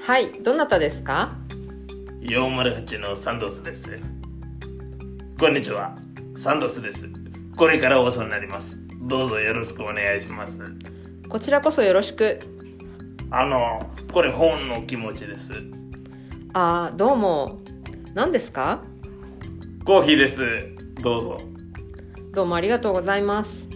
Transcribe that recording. はいどなたですか408のサンドスですこんにちはサンドスですこれからお世話になりますどうぞよろしくお願いしますこちらこそよろしくあのこれ本の気持ちですあーどうも何ですかコーヒーですどうぞどうもありがとうございます